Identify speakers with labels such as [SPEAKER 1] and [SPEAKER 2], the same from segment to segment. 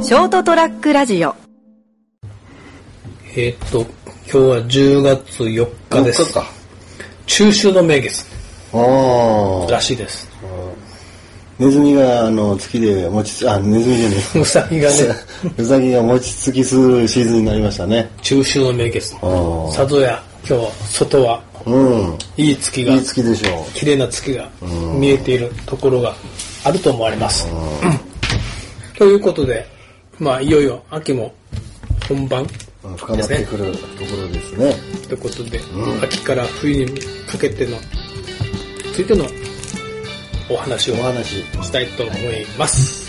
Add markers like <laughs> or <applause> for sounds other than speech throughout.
[SPEAKER 1] ショートトラックラジオ
[SPEAKER 2] えーっと、今日は10月4日です。
[SPEAKER 3] か。
[SPEAKER 2] 中秋の名月
[SPEAKER 3] ああ。
[SPEAKER 2] らしいです。
[SPEAKER 3] ネズミが、あの、月で餅つ、あ、ネズミじゃね
[SPEAKER 2] うさぎがね、
[SPEAKER 3] <laughs> え。ウサギが餅つきするシーズンになりましたね。
[SPEAKER 2] <laughs> 中秋の名月。
[SPEAKER 3] ー
[SPEAKER 2] さぞや、今日、外は、
[SPEAKER 3] うん。
[SPEAKER 2] いい月が
[SPEAKER 3] いい、月でしょ
[SPEAKER 2] 綺麗な月が見えているところがあると思われます。 <clears throat> ということで、まあ、いよいよ秋も本番
[SPEAKER 3] う。うん深まってくるところですね。
[SPEAKER 2] ということで、秋から冬にかけての、ついてのお話を
[SPEAKER 3] お話。
[SPEAKER 2] したいと思います。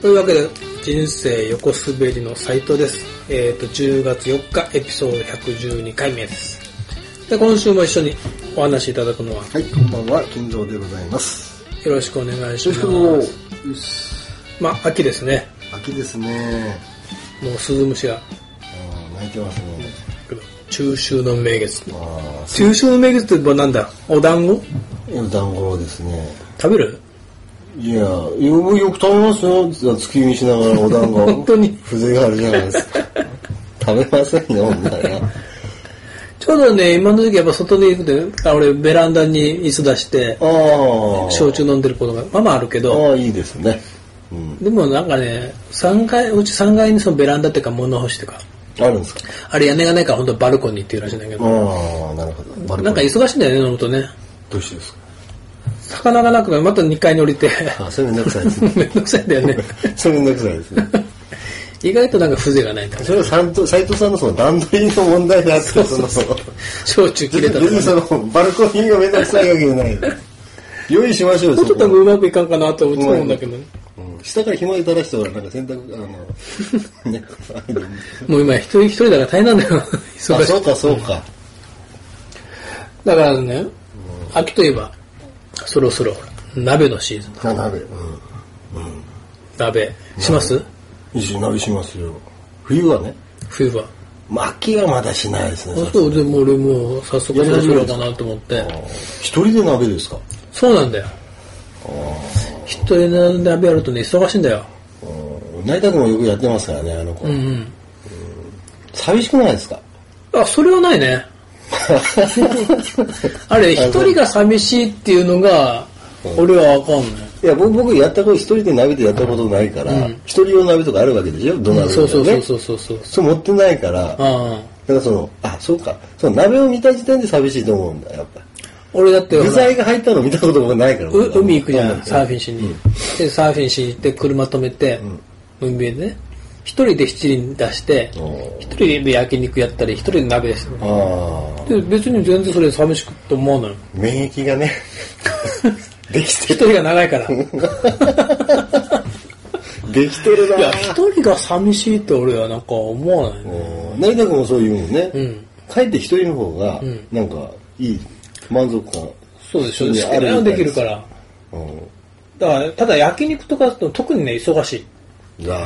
[SPEAKER 2] というわけで、人生横滑りの斉藤です。えっ、と、10月4日、エピソード112回目です。で、今週も一緒にお話しいただくのは、
[SPEAKER 3] はい、こんばんは、金蔵でございます。
[SPEAKER 2] よろしくお願いし
[SPEAKER 3] そ
[SPEAKER 2] ま
[SPEAKER 3] して
[SPEAKER 2] す。
[SPEAKER 3] もう、
[SPEAKER 2] まあ、秋ですね。
[SPEAKER 3] 秋ですね。
[SPEAKER 2] もう、鈴虫が、
[SPEAKER 3] うん泣いてますね。
[SPEAKER 2] 中秋の名月。
[SPEAKER 3] ああ
[SPEAKER 2] 中秋の名月といえばなんだお団子、
[SPEAKER 3] お団子ですね。
[SPEAKER 2] 食べる
[SPEAKER 3] いや、よよく食べますよ。月見しながらお団子。 <laughs>
[SPEAKER 2] 本当に
[SPEAKER 3] 風情があるじゃないですか。食べませんよ、みたいな。
[SPEAKER 2] ちょうどね、今の時期やっぱ外に行くと、あ俺ベランダに椅子出して、
[SPEAKER 3] ああ。
[SPEAKER 2] 焼酎飲んでることがまあまああるけど、
[SPEAKER 3] ああ、いいですね。うん。
[SPEAKER 2] でもなんかね、3階、うち3階にそのベランダっていうか物干しっていうか、
[SPEAKER 3] あるんですか
[SPEAKER 2] あれ屋根がないから本当はバルコニーっていうらしいんだけ
[SPEAKER 3] あ
[SPEAKER 2] ど、
[SPEAKER 3] あ、なるほど。バルコニー
[SPEAKER 2] なんか忙しいんだよね、飲むとね。
[SPEAKER 3] どうしてですか
[SPEAKER 2] 魚がなくなるまた2階に降り <laughs> て、
[SPEAKER 3] あそれめんどくさいですね。
[SPEAKER 2] めんどくさいんだよね。
[SPEAKER 3] それめんどくさいですね。
[SPEAKER 2] 意外となんか風情がないんだね
[SPEAKER 3] それは斎藤斉藤さんのその段取りの問題であって、その、
[SPEAKER 2] 焼酎切
[SPEAKER 3] 別
[SPEAKER 2] れたとか
[SPEAKER 3] に
[SPEAKER 2] ね。
[SPEAKER 3] その、バルコニーがめんどくさいわけじゃない。用意しましょうよ、
[SPEAKER 2] もうち
[SPEAKER 3] そ
[SPEAKER 2] ょっ
[SPEAKER 3] こと
[SPEAKER 2] うまくいかんかなと思うんだけどね。
[SPEAKER 3] うん下から紐で垂らしておら、なんか洗濯、あの、ね、
[SPEAKER 2] もう今一人一人だから大変なんだよ。忙
[SPEAKER 3] あ、
[SPEAKER 2] しい
[SPEAKER 3] <laughs> そうか、そうか。
[SPEAKER 2] だからね、秋といえば、そろそろ鍋のシーズンだ。
[SPEAKER 3] な鍋。うん。
[SPEAKER 2] 鍋。します
[SPEAKER 3] いいし、鍋しますよ。冬はね。
[SPEAKER 2] 冬は。
[SPEAKER 3] まあ、秋はまだしないですね。
[SPEAKER 2] あそう、でも俺もう早速
[SPEAKER 3] やりま
[SPEAKER 2] 始
[SPEAKER 3] しょ
[SPEAKER 2] め
[SPEAKER 3] う
[SPEAKER 2] ようかなと思って。
[SPEAKER 3] 一人で鍋ですか
[SPEAKER 2] そうなんだよ。一人で鍋やるとね、忙しいんだよ。
[SPEAKER 3] 成田君もよくやってますからね、あの子。
[SPEAKER 2] うんうん。
[SPEAKER 3] 寂しくない
[SPEAKER 2] <laughs>
[SPEAKER 3] ですか
[SPEAKER 2] あ、それはないね。あれ、一人が寂しいっていうのが、俺はわかんない。
[SPEAKER 3] いや、僕、僕やったこと、一人で鍋でやったことないから、一、人用鍋とかあるわけでしょ土鍋、ね
[SPEAKER 2] そうそうそうそうそうそう。
[SPEAKER 3] そう持ってないから、だか
[SPEAKER 2] ああ
[SPEAKER 3] らその、あ、そうか。その鍋を見た時点で寂しいと思うんだ、やっぱ。
[SPEAKER 2] 俺だってほら
[SPEAKER 3] 具材が入ったの見たこともないから。
[SPEAKER 2] う海行くじゃん、サー
[SPEAKER 3] フ
[SPEAKER 2] フィンしに。で、サーフィンしに行って、車止めて、海辺でね。一人で七輪出して、
[SPEAKER 3] おー
[SPEAKER 2] 一人で焼肉やったり、一人で鍋でする。
[SPEAKER 3] ああ、
[SPEAKER 2] で、別に全然それ寂しくと思う <laughs> のよ。
[SPEAKER 3] 免疫がね、 <laughs> でき
[SPEAKER 2] 一
[SPEAKER 3] てる、
[SPEAKER 2] 人が長いから。い
[SPEAKER 3] できてるな
[SPEAKER 2] や、一人が寂しいって俺はなんか思わないね。
[SPEAKER 3] うん成田君もそう言うもんね。帰って一人の方が、なんか、いい、満足感。
[SPEAKER 2] そうでしょ。
[SPEAKER 3] い
[SPEAKER 2] 好き
[SPEAKER 3] や
[SPEAKER 2] なの
[SPEAKER 3] あるみた
[SPEAKER 2] で
[SPEAKER 3] い
[SPEAKER 2] き
[SPEAKER 3] で
[SPEAKER 2] る
[SPEAKER 3] す
[SPEAKER 2] から。
[SPEAKER 3] うん
[SPEAKER 2] だから、ただ焼肉とかだと特にね、忙しい。
[SPEAKER 3] いやー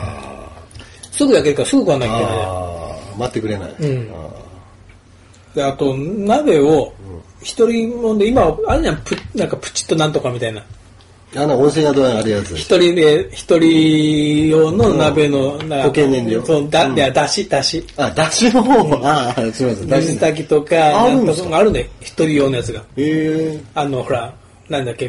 [SPEAKER 2] すぐ焼けるからすぐ食わなきゃいけないじゃん。
[SPEAKER 3] あー待ってくれない。
[SPEAKER 2] ん
[SPEAKER 3] あー
[SPEAKER 2] で、あと、鍋を、一人もんで、今、あるじゃん、プなんかプチッとなんとかみたいな。
[SPEAKER 3] あの、温泉宿のあるやつ。
[SPEAKER 2] 一人で、一人用の鍋の、な
[SPEAKER 3] 固形燃料
[SPEAKER 2] そう、だ、いや、だし、だし。
[SPEAKER 3] あ、だしの方も。あー、すみません。だ
[SPEAKER 2] 水
[SPEAKER 3] し。
[SPEAKER 2] 炊きとか、な
[SPEAKER 3] あるん
[SPEAKER 2] ん
[SPEAKER 3] で
[SPEAKER 2] と
[SPEAKER 3] すか
[SPEAKER 2] かあるね。一人用のやつが。
[SPEAKER 3] ええ。
[SPEAKER 2] あの、ほら、なんだっけ、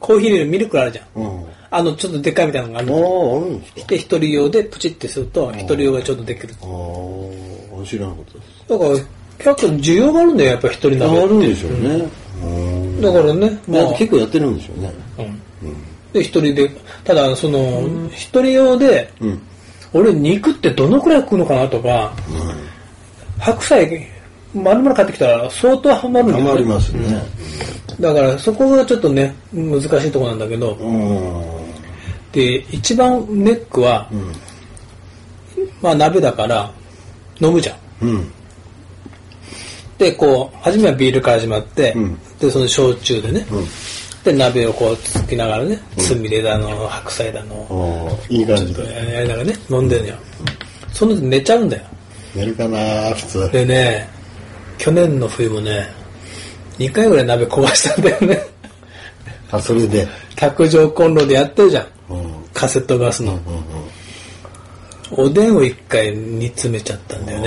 [SPEAKER 2] コーヒー入れるミルクあるじゃん。
[SPEAKER 3] うん。
[SPEAKER 2] あの、ちょっとでっかいみたいなのがあ
[SPEAKER 3] あ
[SPEAKER 2] る。
[SPEAKER 3] あ、あるんですか。
[SPEAKER 2] で、一人用でプチってすると、一人用がちょっとできる。
[SPEAKER 3] ああ、知らなかったです。
[SPEAKER 2] だから、結構需要があるんだよ、やっぱ一人
[SPEAKER 3] あ
[SPEAKER 2] 鍋。
[SPEAKER 3] るんでしょうね。うん。
[SPEAKER 2] だからね、ま
[SPEAKER 3] な
[SPEAKER 2] あ
[SPEAKER 3] んか、結構やってるんでしょうね。
[SPEAKER 2] うんで、一人で、ただ、その、一人用で、
[SPEAKER 3] うん。
[SPEAKER 2] 俺肉ってどのくらい食うのかなとか、白菜丸々買ってきたら相当ハマるんだ
[SPEAKER 3] た
[SPEAKER 2] よね
[SPEAKER 3] まりますね。
[SPEAKER 2] だからそこがちょっとね難しいところなんだけど
[SPEAKER 3] うん。
[SPEAKER 2] で一番ネックは、まあ鍋だから飲むじゃん
[SPEAKER 3] うん。
[SPEAKER 2] でこう初めはビールから始まって、
[SPEAKER 3] ん
[SPEAKER 2] でその焼酎でね、で、鍋をこうつつきながらね、つみれだの、白菜だの、
[SPEAKER 3] ああ、いい感じだ。
[SPEAKER 2] やりながらね、飲んでるのよ。その時寝ちゃうんだよ。
[SPEAKER 3] 寝るかな普通。
[SPEAKER 2] でね、去年の冬もね、2回ぐらい鍋壊したんだよね。 <laughs>
[SPEAKER 3] あ、それで。
[SPEAKER 2] 卓上コンロでやってるじゃん。
[SPEAKER 3] うん。うん
[SPEAKER 2] カセットガスの。
[SPEAKER 3] うん。
[SPEAKER 2] おでんを1回煮詰めちゃったんだよ
[SPEAKER 3] ああ、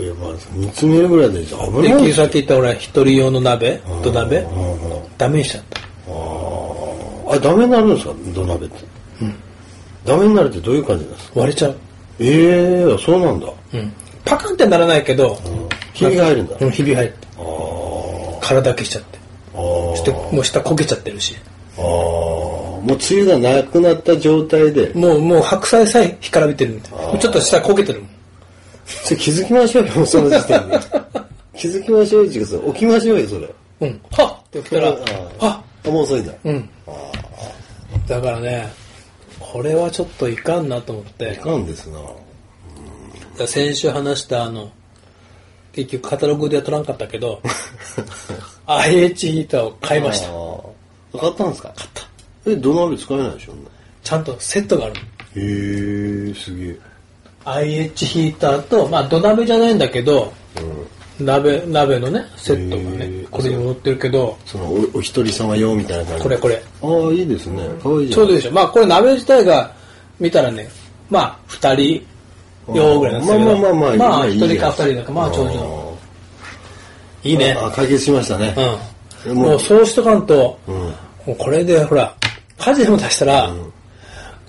[SPEAKER 2] ね。
[SPEAKER 3] いやまあ、煮詰めるぐらいでしょ。危
[SPEAKER 2] で、
[SPEAKER 3] ないでしょ。
[SPEAKER 2] さっき言った俺は一人用の鍋、土鍋
[SPEAKER 3] う、んうん
[SPEAKER 2] ダメにしちゃった。
[SPEAKER 3] あ、ダメになるんですか土鍋って。ダメになるってどういう感じなんですか
[SPEAKER 2] 割れちゃう。
[SPEAKER 3] ええそうなんだ。
[SPEAKER 2] うん。パカンってならないけど、
[SPEAKER 3] ひびが入るんだ。
[SPEAKER 2] うん、ひび入って。
[SPEAKER 3] あー
[SPEAKER 2] 空だけしちゃって。
[SPEAKER 3] あー。
[SPEAKER 2] で、もう下焦げちゃってるし。
[SPEAKER 3] ああ。もう梅雨がなくなった状態で、
[SPEAKER 2] もう、もう白菜さえ干からびてるみたいな。ちょっと下焦げてるもん。
[SPEAKER 3] それ気づきましょうよ、その時
[SPEAKER 2] <laughs>
[SPEAKER 3] 点で。気づきましょうよ、ちくさん。起きましょうよ、それ。
[SPEAKER 2] うん。はっって起きたら
[SPEAKER 3] あー、
[SPEAKER 2] あ
[SPEAKER 3] あ、もう遅いんだ。
[SPEAKER 2] うん。だからね、これはちょっといかんなと思って
[SPEAKER 3] い。かんですな。
[SPEAKER 2] 先週話したあの、結局カタログでは取らんかったけど、IH ヒーターを買いました。
[SPEAKER 3] た。買ったんですか買った。え、土鍋使えないでしょ、ね、
[SPEAKER 2] ちゃんとセットがあるの。
[SPEAKER 3] へえ、すげえ。
[SPEAKER 2] IH ヒーターと、まあ土鍋じゃないんだけど、鍋、鍋のね、セットが
[SPEAKER 3] へ
[SPEAKER 2] ね
[SPEAKER 3] ー、
[SPEAKER 2] これに戻ってるけど、
[SPEAKER 3] そのお、お一人様用みたいな感じ。
[SPEAKER 2] これこれ。
[SPEAKER 3] ああ、いいですね。かわいいじ
[SPEAKER 2] ち
[SPEAKER 3] ゃ
[SPEAKER 2] ょ
[SPEAKER 3] ん。
[SPEAKER 2] うどいいでしょ。まあこれ鍋自体が見たらね、まあ二人用ぐらいなんですけど、
[SPEAKER 3] まあまあまあまあ
[SPEAKER 2] まあ
[SPEAKER 3] いい
[SPEAKER 2] 一
[SPEAKER 3] や
[SPEAKER 2] 人か二人だから、まあ長寿の。いいね。
[SPEAKER 3] あ、解決しましたね。
[SPEAKER 2] う
[SPEAKER 3] え
[SPEAKER 2] ん。
[SPEAKER 3] もう
[SPEAKER 2] もうそうしとかんと、
[SPEAKER 3] ん
[SPEAKER 2] もうこれでほら、家事でも出したら、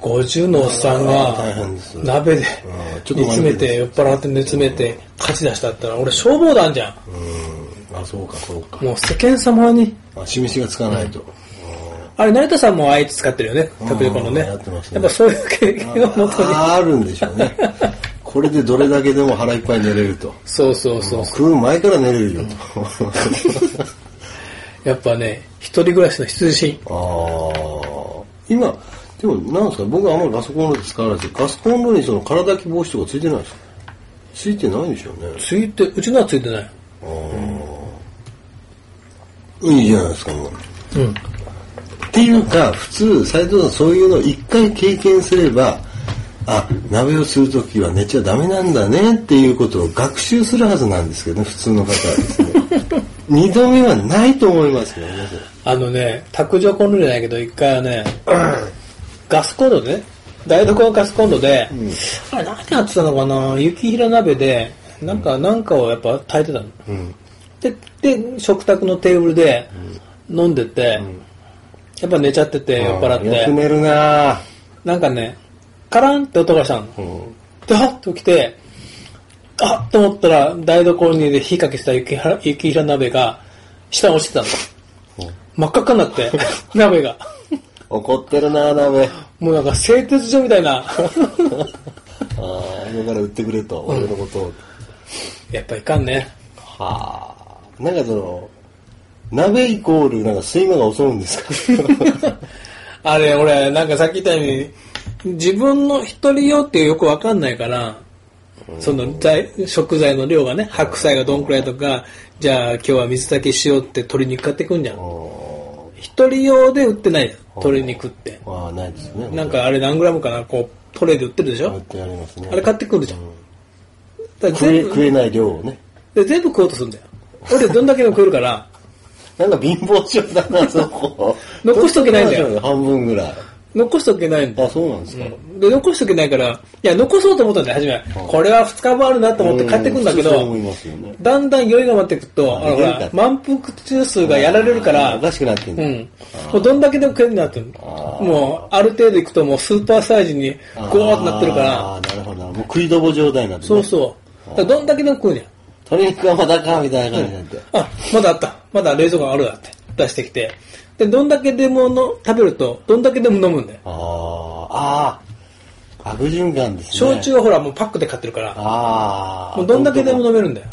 [SPEAKER 2] 50のおっさんが
[SPEAKER 3] あー大変です
[SPEAKER 2] 鍋で
[SPEAKER 3] あーちょっと
[SPEAKER 2] 煮詰めて、酔っ払って煮詰めて、家事出したったら、俺消防団じゃん。
[SPEAKER 3] うん。あ、そうか、そうか。
[SPEAKER 2] もう世間様に。
[SPEAKER 3] あ、示しがつかないと。
[SPEAKER 2] あれ、成田さんも IH 使ってるよね。特にこのね。
[SPEAKER 3] うんやってますね
[SPEAKER 2] やっぱそういう経験をもとに。
[SPEAKER 3] ああるんでしょうね。これでどれだけでも腹いっぱい寝れると。
[SPEAKER 2] そうそうそう。
[SPEAKER 3] 食う前から寝れるよと。
[SPEAKER 2] やっぱね、一人暮らしの必需品。
[SPEAKER 3] ああ。今、でもなんですか、僕はあんまりガスコンロで使わないですけど、ガスコンロにその空炊き防止とかついてないですかついてないんでしょうね。
[SPEAKER 2] ついて、うちのはついてない。
[SPEAKER 3] いいじゃないですか、もう。
[SPEAKER 2] うん。
[SPEAKER 3] っていうか、普通、斉藤さんそういうのを一回経験すれば、あ、鍋をするときは寝ちゃダメなんだねっていうことを学習するはずなんですけどね、普通の方はです <laughs> ね。二度目はないと思いますけどね。
[SPEAKER 2] あのね、卓上コンロじゃないけど、一回は <clears throat> ね、ガスコンロでね、台所のガスコンロで、あれ何やってたのかな雪平鍋で、なんか、なんかをやっぱ炊いてたの。で、で、食卓のテーブルで飲んでて、やっぱ寝ちゃってて、酔っ払っ
[SPEAKER 3] よく
[SPEAKER 2] て、
[SPEAKER 3] 寝るなぁ。
[SPEAKER 2] なんかね、カランって音がしたの。で、はっと起きて、あっと思ったら、台所に、ね、火かけてた雪平雪平鍋が、下に落ちてたの。真っ赤っかにな <laughs> って、鍋が。
[SPEAKER 3] 怒ってるなぁ、鍋。
[SPEAKER 2] もうなんか製鉄所みたい <laughs> な。
[SPEAKER 3] ああ、今から売ってくれと、俺のことを。
[SPEAKER 2] やっぱいかんね。 <laughs>
[SPEAKER 3] はあ。なんかその、鍋イコール、なんか睡魔が襲うんで
[SPEAKER 2] <laughs>
[SPEAKER 3] すか
[SPEAKER 2] あれ、俺、なんかさっき言ったように、自分の一人用ってよくわかんないから、その材食材の量がね、白菜がどんくらいとか、じゃあ今日は水炊きしようって鶏肉買ってくんじゃん。一人用で売ってないじゃん。鶏肉って。
[SPEAKER 3] ああ、ないですね。
[SPEAKER 2] なんかあれ何グラムかな、こう、トレイで売ってるでし
[SPEAKER 3] 売っ
[SPEAKER 2] ょ
[SPEAKER 3] てありますね。
[SPEAKER 2] あれ買ってくるじゃん。だから
[SPEAKER 3] 食え
[SPEAKER 2] 全
[SPEAKER 3] 食
[SPEAKER 2] 部、
[SPEAKER 3] えない量をね。
[SPEAKER 2] で全部食おうとするんだよ。俺どんだけでも食えるから、
[SPEAKER 3] なんか貧乏症だな、そこ。
[SPEAKER 2] <laughs> 残しとけないんだよ
[SPEAKER 3] どうしましょう半分ぐらい。
[SPEAKER 2] 残しとけないんだよ
[SPEAKER 3] あ、そうなんですか。
[SPEAKER 2] で、残しとけないから、いや、残そうと思ったんだよ、初め。これは二日もあるなと思って買ってくんだけ
[SPEAKER 3] うそう思い
[SPEAKER 2] ど、
[SPEAKER 3] ますよね。
[SPEAKER 2] だんだん酔いが回ってくと、あ
[SPEAKER 3] あ
[SPEAKER 2] のほ
[SPEAKER 3] 酔いが
[SPEAKER 2] ら、満腹中枢がやられるか
[SPEAKER 3] あ
[SPEAKER 2] ら
[SPEAKER 3] お、かしくなってん
[SPEAKER 2] う
[SPEAKER 3] だ。
[SPEAKER 2] ん。もうどんだけでも食えるなってる。もう、ある程度いくともうスーパーサイズにゴー
[SPEAKER 3] あ
[SPEAKER 2] ッとなってるから、
[SPEAKER 3] あーなるほど。もう食いどぼ状態になってね
[SPEAKER 2] そうそう。だからどんだけでも食うじゃん。
[SPEAKER 3] 鶏肉はまだか、みたいな感じになって。
[SPEAKER 2] あ、まだあった。まだ冷蔵庫あるわって出してきて。で、どんだけでもの食べると、どんだけでも飲むんだよ。
[SPEAKER 3] ああ、ああ、悪循環ですね。
[SPEAKER 2] 焼酎はほら、もうパックで買ってるから、
[SPEAKER 3] ああ。
[SPEAKER 2] もうどんだけでも飲めるんだよ。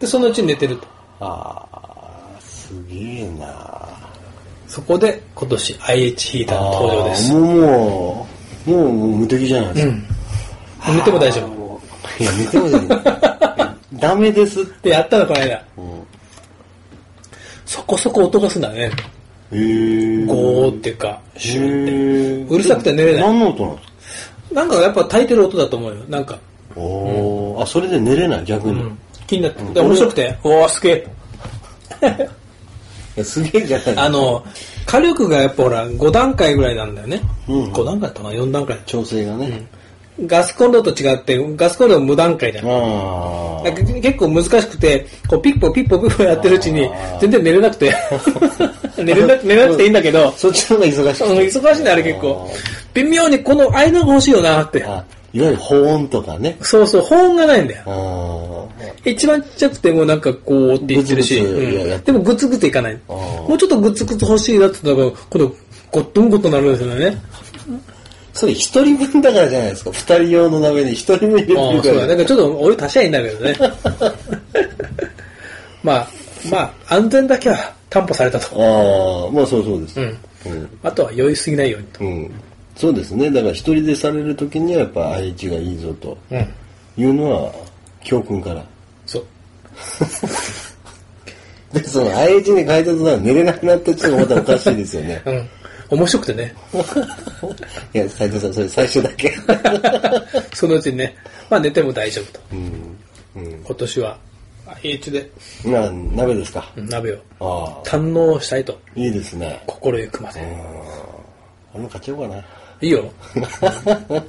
[SPEAKER 2] で、そのうちに寝てると。
[SPEAKER 3] ああ、すげえな。
[SPEAKER 2] そこで今年 IH ヒーターの登場です。
[SPEAKER 3] あーもう、もう、もう無敵じゃないですか。
[SPEAKER 2] 寝ても大丈夫。っ
[SPEAKER 3] もういや、見てもじゃない <laughs> ダメですって。
[SPEAKER 2] てやったのこの間。
[SPEAKER 3] ん
[SPEAKER 2] そこそこ音がするんだね。
[SPEAKER 3] へー
[SPEAKER 2] ゴーっていうか、シューって。
[SPEAKER 3] へー
[SPEAKER 2] うるさくて寝れない
[SPEAKER 3] 何の音なんですか
[SPEAKER 2] なんかやっぱ炊いてる音だと思うよ。なんか、
[SPEAKER 3] おーあ、それで寝れない、逆に。
[SPEAKER 2] 気になって。で面白くて、おーすげえ。
[SPEAKER 3] いやすげえじゃない
[SPEAKER 2] あの、火力がやっぱほら、5段階ぐらいなんだよね。
[SPEAKER 3] うん
[SPEAKER 2] 5段階だったかな ?4 段階。
[SPEAKER 3] 調整がね。
[SPEAKER 2] ガスコンロと違って、ガスコンロは無段階じゃん。
[SPEAKER 3] あ
[SPEAKER 2] なんか結構難しくて、こうピッポピッポピッポやってるうちに、全然寝れな
[SPEAKER 3] <laughs>
[SPEAKER 2] くて。寝れなく寝れなくていいんだけど
[SPEAKER 3] あ。、そっちの方が忙し
[SPEAKER 2] その
[SPEAKER 3] くて。
[SPEAKER 2] 忙しいね、あれ結構。微妙にこの間が欲しいよなって。
[SPEAKER 3] あいわゆる保温とかね。
[SPEAKER 2] そうそう、保温がないんだよ。
[SPEAKER 3] あー
[SPEAKER 2] 一番ちっちゃくてもなんかこうって言ってるし、
[SPEAKER 3] グツグツ
[SPEAKER 2] うん
[SPEAKER 3] いややっ
[SPEAKER 2] でもグツグツいかない。
[SPEAKER 3] あー
[SPEAKER 2] もうちょっとグツグツ欲しいなって言ったら、このゴットンゴットンなるんですよね。
[SPEAKER 3] それ一人分だからじゃないですか。二人用の鍋に一人分入れてる
[SPEAKER 2] ああ、
[SPEAKER 3] か
[SPEAKER 2] そ
[SPEAKER 3] ら。
[SPEAKER 2] うだ。なんかちょっと俺足しゃいいんだけど <laughs> ね。まあ、まあ、安全だけは担保されたと。
[SPEAKER 3] ああ、まあそうそうです。
[SPEAKER 2] うん
[SPEAKER 3] うん。
[SPEAKER 2] あとは酔いすぎないようにと。
[SPEAKER 3] うん。そうですね。だから一人でされるときにはやっぱ愛知がいいぞと
[SPEAKER 2] うん。
[SPEAKER 3] いうのは教訓から。
[SPEAKER 2] そう。。
[SPEAKER 3] で、その IH に変えた途端寝れなくなったっていうのもまたおかしいですよね
[SPEAKER 2] <laughs> うん。面白くて <laughs> ね。
[SPEAKER 3] いや、斉藤さん、それ最初だけ。
[SPEAKER 2] そのうちにね、まあ寝ても大丈夫と。
[SPEAKER 3] うん。うん。
[SPEAKER 2] 今年は、H で
[SPEAKER 3] まあ、鍋ですか。
[SPEAKER 2] うん鍋を
[SPEAKER 3] ああ、
[SPEAKER 2] 堪能したいと、
[SPEAKER 3] いいですね。
[SPEAKER 2] 心ゆくまで。
[SPEAKER 3] 俺も買っちゃおうかな。
[SPEAKER 2] いい <laughs> よ。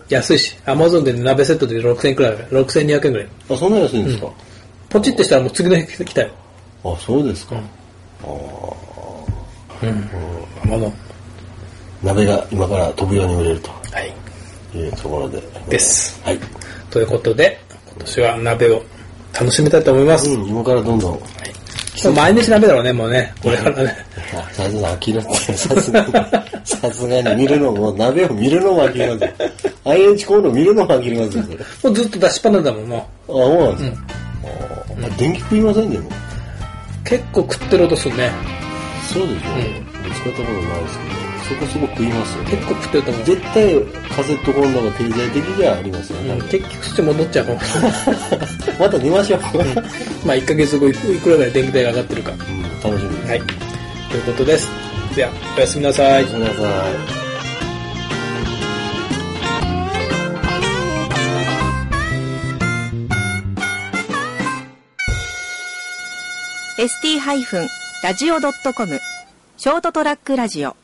[SPEAKER 2] 安いし、アマゾンで鍋セットで6000円くらい、6200円くらい。
[SPEAKER 3] あ、そんな安いんですか、
[SPEAKER 2] ポチってしたらもう次の日来たよ。
[SPEAKER 3] あ、そうですか。
[SPEAKER 2] アマゾン。
[SPEAKER 3] 鍋が今から飛ぶように売れると
[SPEAKER 2] はい。
[SPEAKER 3] いうところで。
[SPEAKER 2] です。
[SPEAKER 3] はい。
[SPEAKER 2] ということで、今年は鍋を楽しみたいと思います。
[SPEAKER 3] うん、今からどんどん。
[SPEAKER 2] もう毎日鍋だろうね、もうね。これからね。
[SPEAKER 3] あ、斉藤さん、呆れてるさすが <laughs> に。さすがに見るのも、鍋を見るのも呆れますよ。IH コールを見るのも呆れますよ、それ。あ、
[SPEAKER 2] もうずっと出しっぱなだもん、も
[SPEAKER 3] そうなんですか。ああ電気食いませんでも。
[SPEAKER 2] う。結構食ってる音するね。
[SPEAKER 3] そうでしょ。使ったことないですけど、そこそこ食いますよね
[SPEAKER 2] 結。構食ってると思う。
[SPEAKER 3] 絶対カセットコンロが経済的じゃありますよ
[SPEAKER 2] うん
[SPEAKER 3] ね。
[SPEAKER 2] 結局そっち戻っちゃうかも <laughs> しれない
[SPEAKER 3] また見ましょう。うん、
[SPEAKER 2] まあ1ヶ月後いくいくらぐらい電気代が上がってるか。
[SPEAKER 3] 楽しみです。
[SPEAKER 2] はい。ということです。では、おやすみなさい
[SPEAKER 3] お。やすみなさい。
[SPEAKER 1] ST-radio.com ショートトラックラジオ